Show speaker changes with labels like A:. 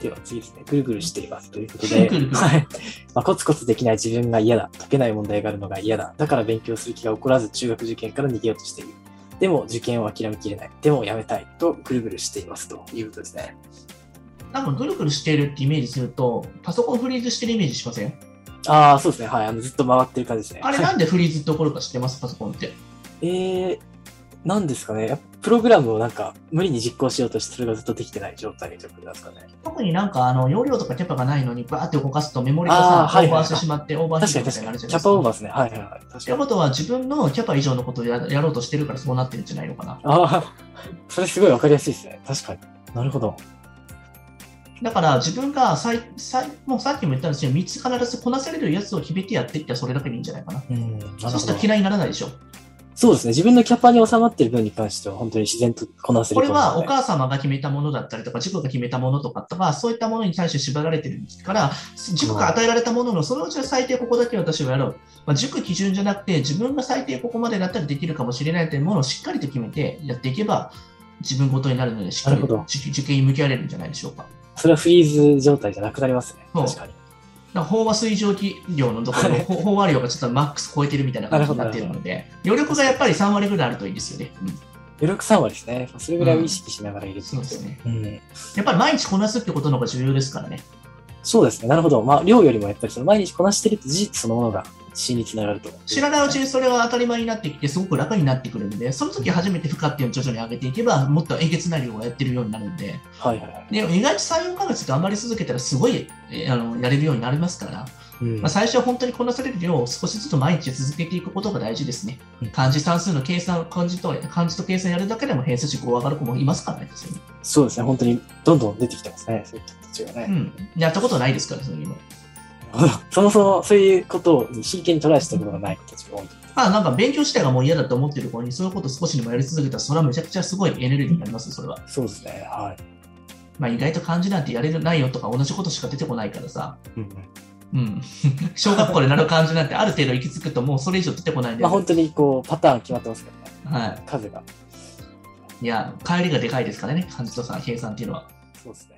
A: では次ですね、ぐるぐるしていますということで、
B: は
A: はいまあ、コツコツできない自分が嫌だ、解けない問題があるのが嫌だ、だから勉強する気が起こらず中学受験から逃げようとしている。でも受験を諦めきれない、でもやめたいとぐるぐるしていますということですね。
B: なんかぐるぐるしてるってイメージすると、パソコンフリーズしてるイメージしません
A: ああ、そうですね、はい、あのずっと回ってる感じですね。
B: あれなんでフリーズって起こるか知ってますパソコンって。
A: えー、なんですかね、やっぱプログラムをなんか無理に実行しようとして、それがずっとできてない状態ということなんですかね。
B: 特になんかあの容量とかキャパがないのにバーって動かすとメモリが
A: あー
B: さ、
A: はい
B: オーバーしてしまってオーバー
A: 確
B: ヒ
A: か
B: ー
A: に
B: トみた
A: 確か
B: いになる
A: に。
B: じ
A: キャ
B: ゃないですか
A: パオーバーですね。はいはいはい。確
B: って
A: かに。
B: ことは自分のキャパ以上のことをややろうとしてるからそうなってるんじゃないのかな。
A: ああ、それすごいわかりやすいですね。確かに。なるほど。
B: だから自分がさいさいもうさっきも言ったんですけど、3つ必ずこなせれるやつを決めてやっていったらそれだけでいいんじゃないかな。
A: うん、なるほど
B: そうしたら嫌いにならないでしょ。
A: そうですね。自分のキャパに収まっている分に関しては、本当に自然とこなせる
B: これ
A: と思うので
B: はお母様が決めたものだったりとか、自分が決めたものとかとか、そういったものに対して縛られてるから、塾が与えられたものの、そのうちの最低ここだけ私はやろう。まあ、塾基準じゃなくて、自分が最低ここまでだったらできるかもしれないというものをしっかりと決めてやっていけば、自分ごとになるので、しっかり
A: なるほど
B: 受受験に向き合われるんじゃないでしょうか。
A: それはフリーズ状態じゃなくなりますね。
B: そう
A: 確かに。
B: だから飽和水蒸気量のところ
A: は
B: の
A: い
B: ほ飽和量がちょっとマックス超えてるみたいな感じになっているので、余力がやっぱり3割ぐらいあるといいですよね。うん
A: 余力3割ですね。それぐらいを意識しながら入れていく
B: そうですね。
A: うん、
B: やっぱり毎日こなすってことの方が重要ですからね。
A: そうですね。なるほど。まあ、量よりもやっぱりその毎日こなしてるって事実そのものが死につながると。
B: 知らないうちにそれは当たり前になってきて、すごく楽になってくるんで、その時初めて負荷っていうのを徐々に上げていけば、もっとえげつない量をやってるようになるんで、
A: はいはいはい。
B: で意外と3、4ヶ月頑張り続けたら、すごいえーあのやれるようになりますから、
A: うん
B: まあ、最初は本当にこなされる量を少しずつ毎日続けていくことが大事ですね
A: うん。
B: 漢字算数の計算、漢字と漢字と計算やるだけでも偏差値5上がる子もいますからねですよね。
A: そうですね。本当にどんどん出てきてますね。そういった人たちがね。
B: うん。やったことないですから、そういうの。
A: そもそもそういうことに真剣にトライしたことがない子たちが多い。
B: まあなんか勉強自体がもう嫌だと思ってる子に、そういうこと少しでもやり続けたら、それはめちゃくちゃすごいエネルギーになりますよ、それは。
A: そうですね。はい。
B: まあ、意外と漢字なんてやれるないよとか同じことしか出てこないからさ、
A: うんうん
B: うん、 小学校で習う漢字なんてある程度行き着くともうそれ以上出てこないんで、
A: まあ、本当にこう、パターン決まってますからね。
B: は
A: 数が。
B: い、いや帰りがでかいですからね漢字とさ計算っていうのは。
A: そうですね。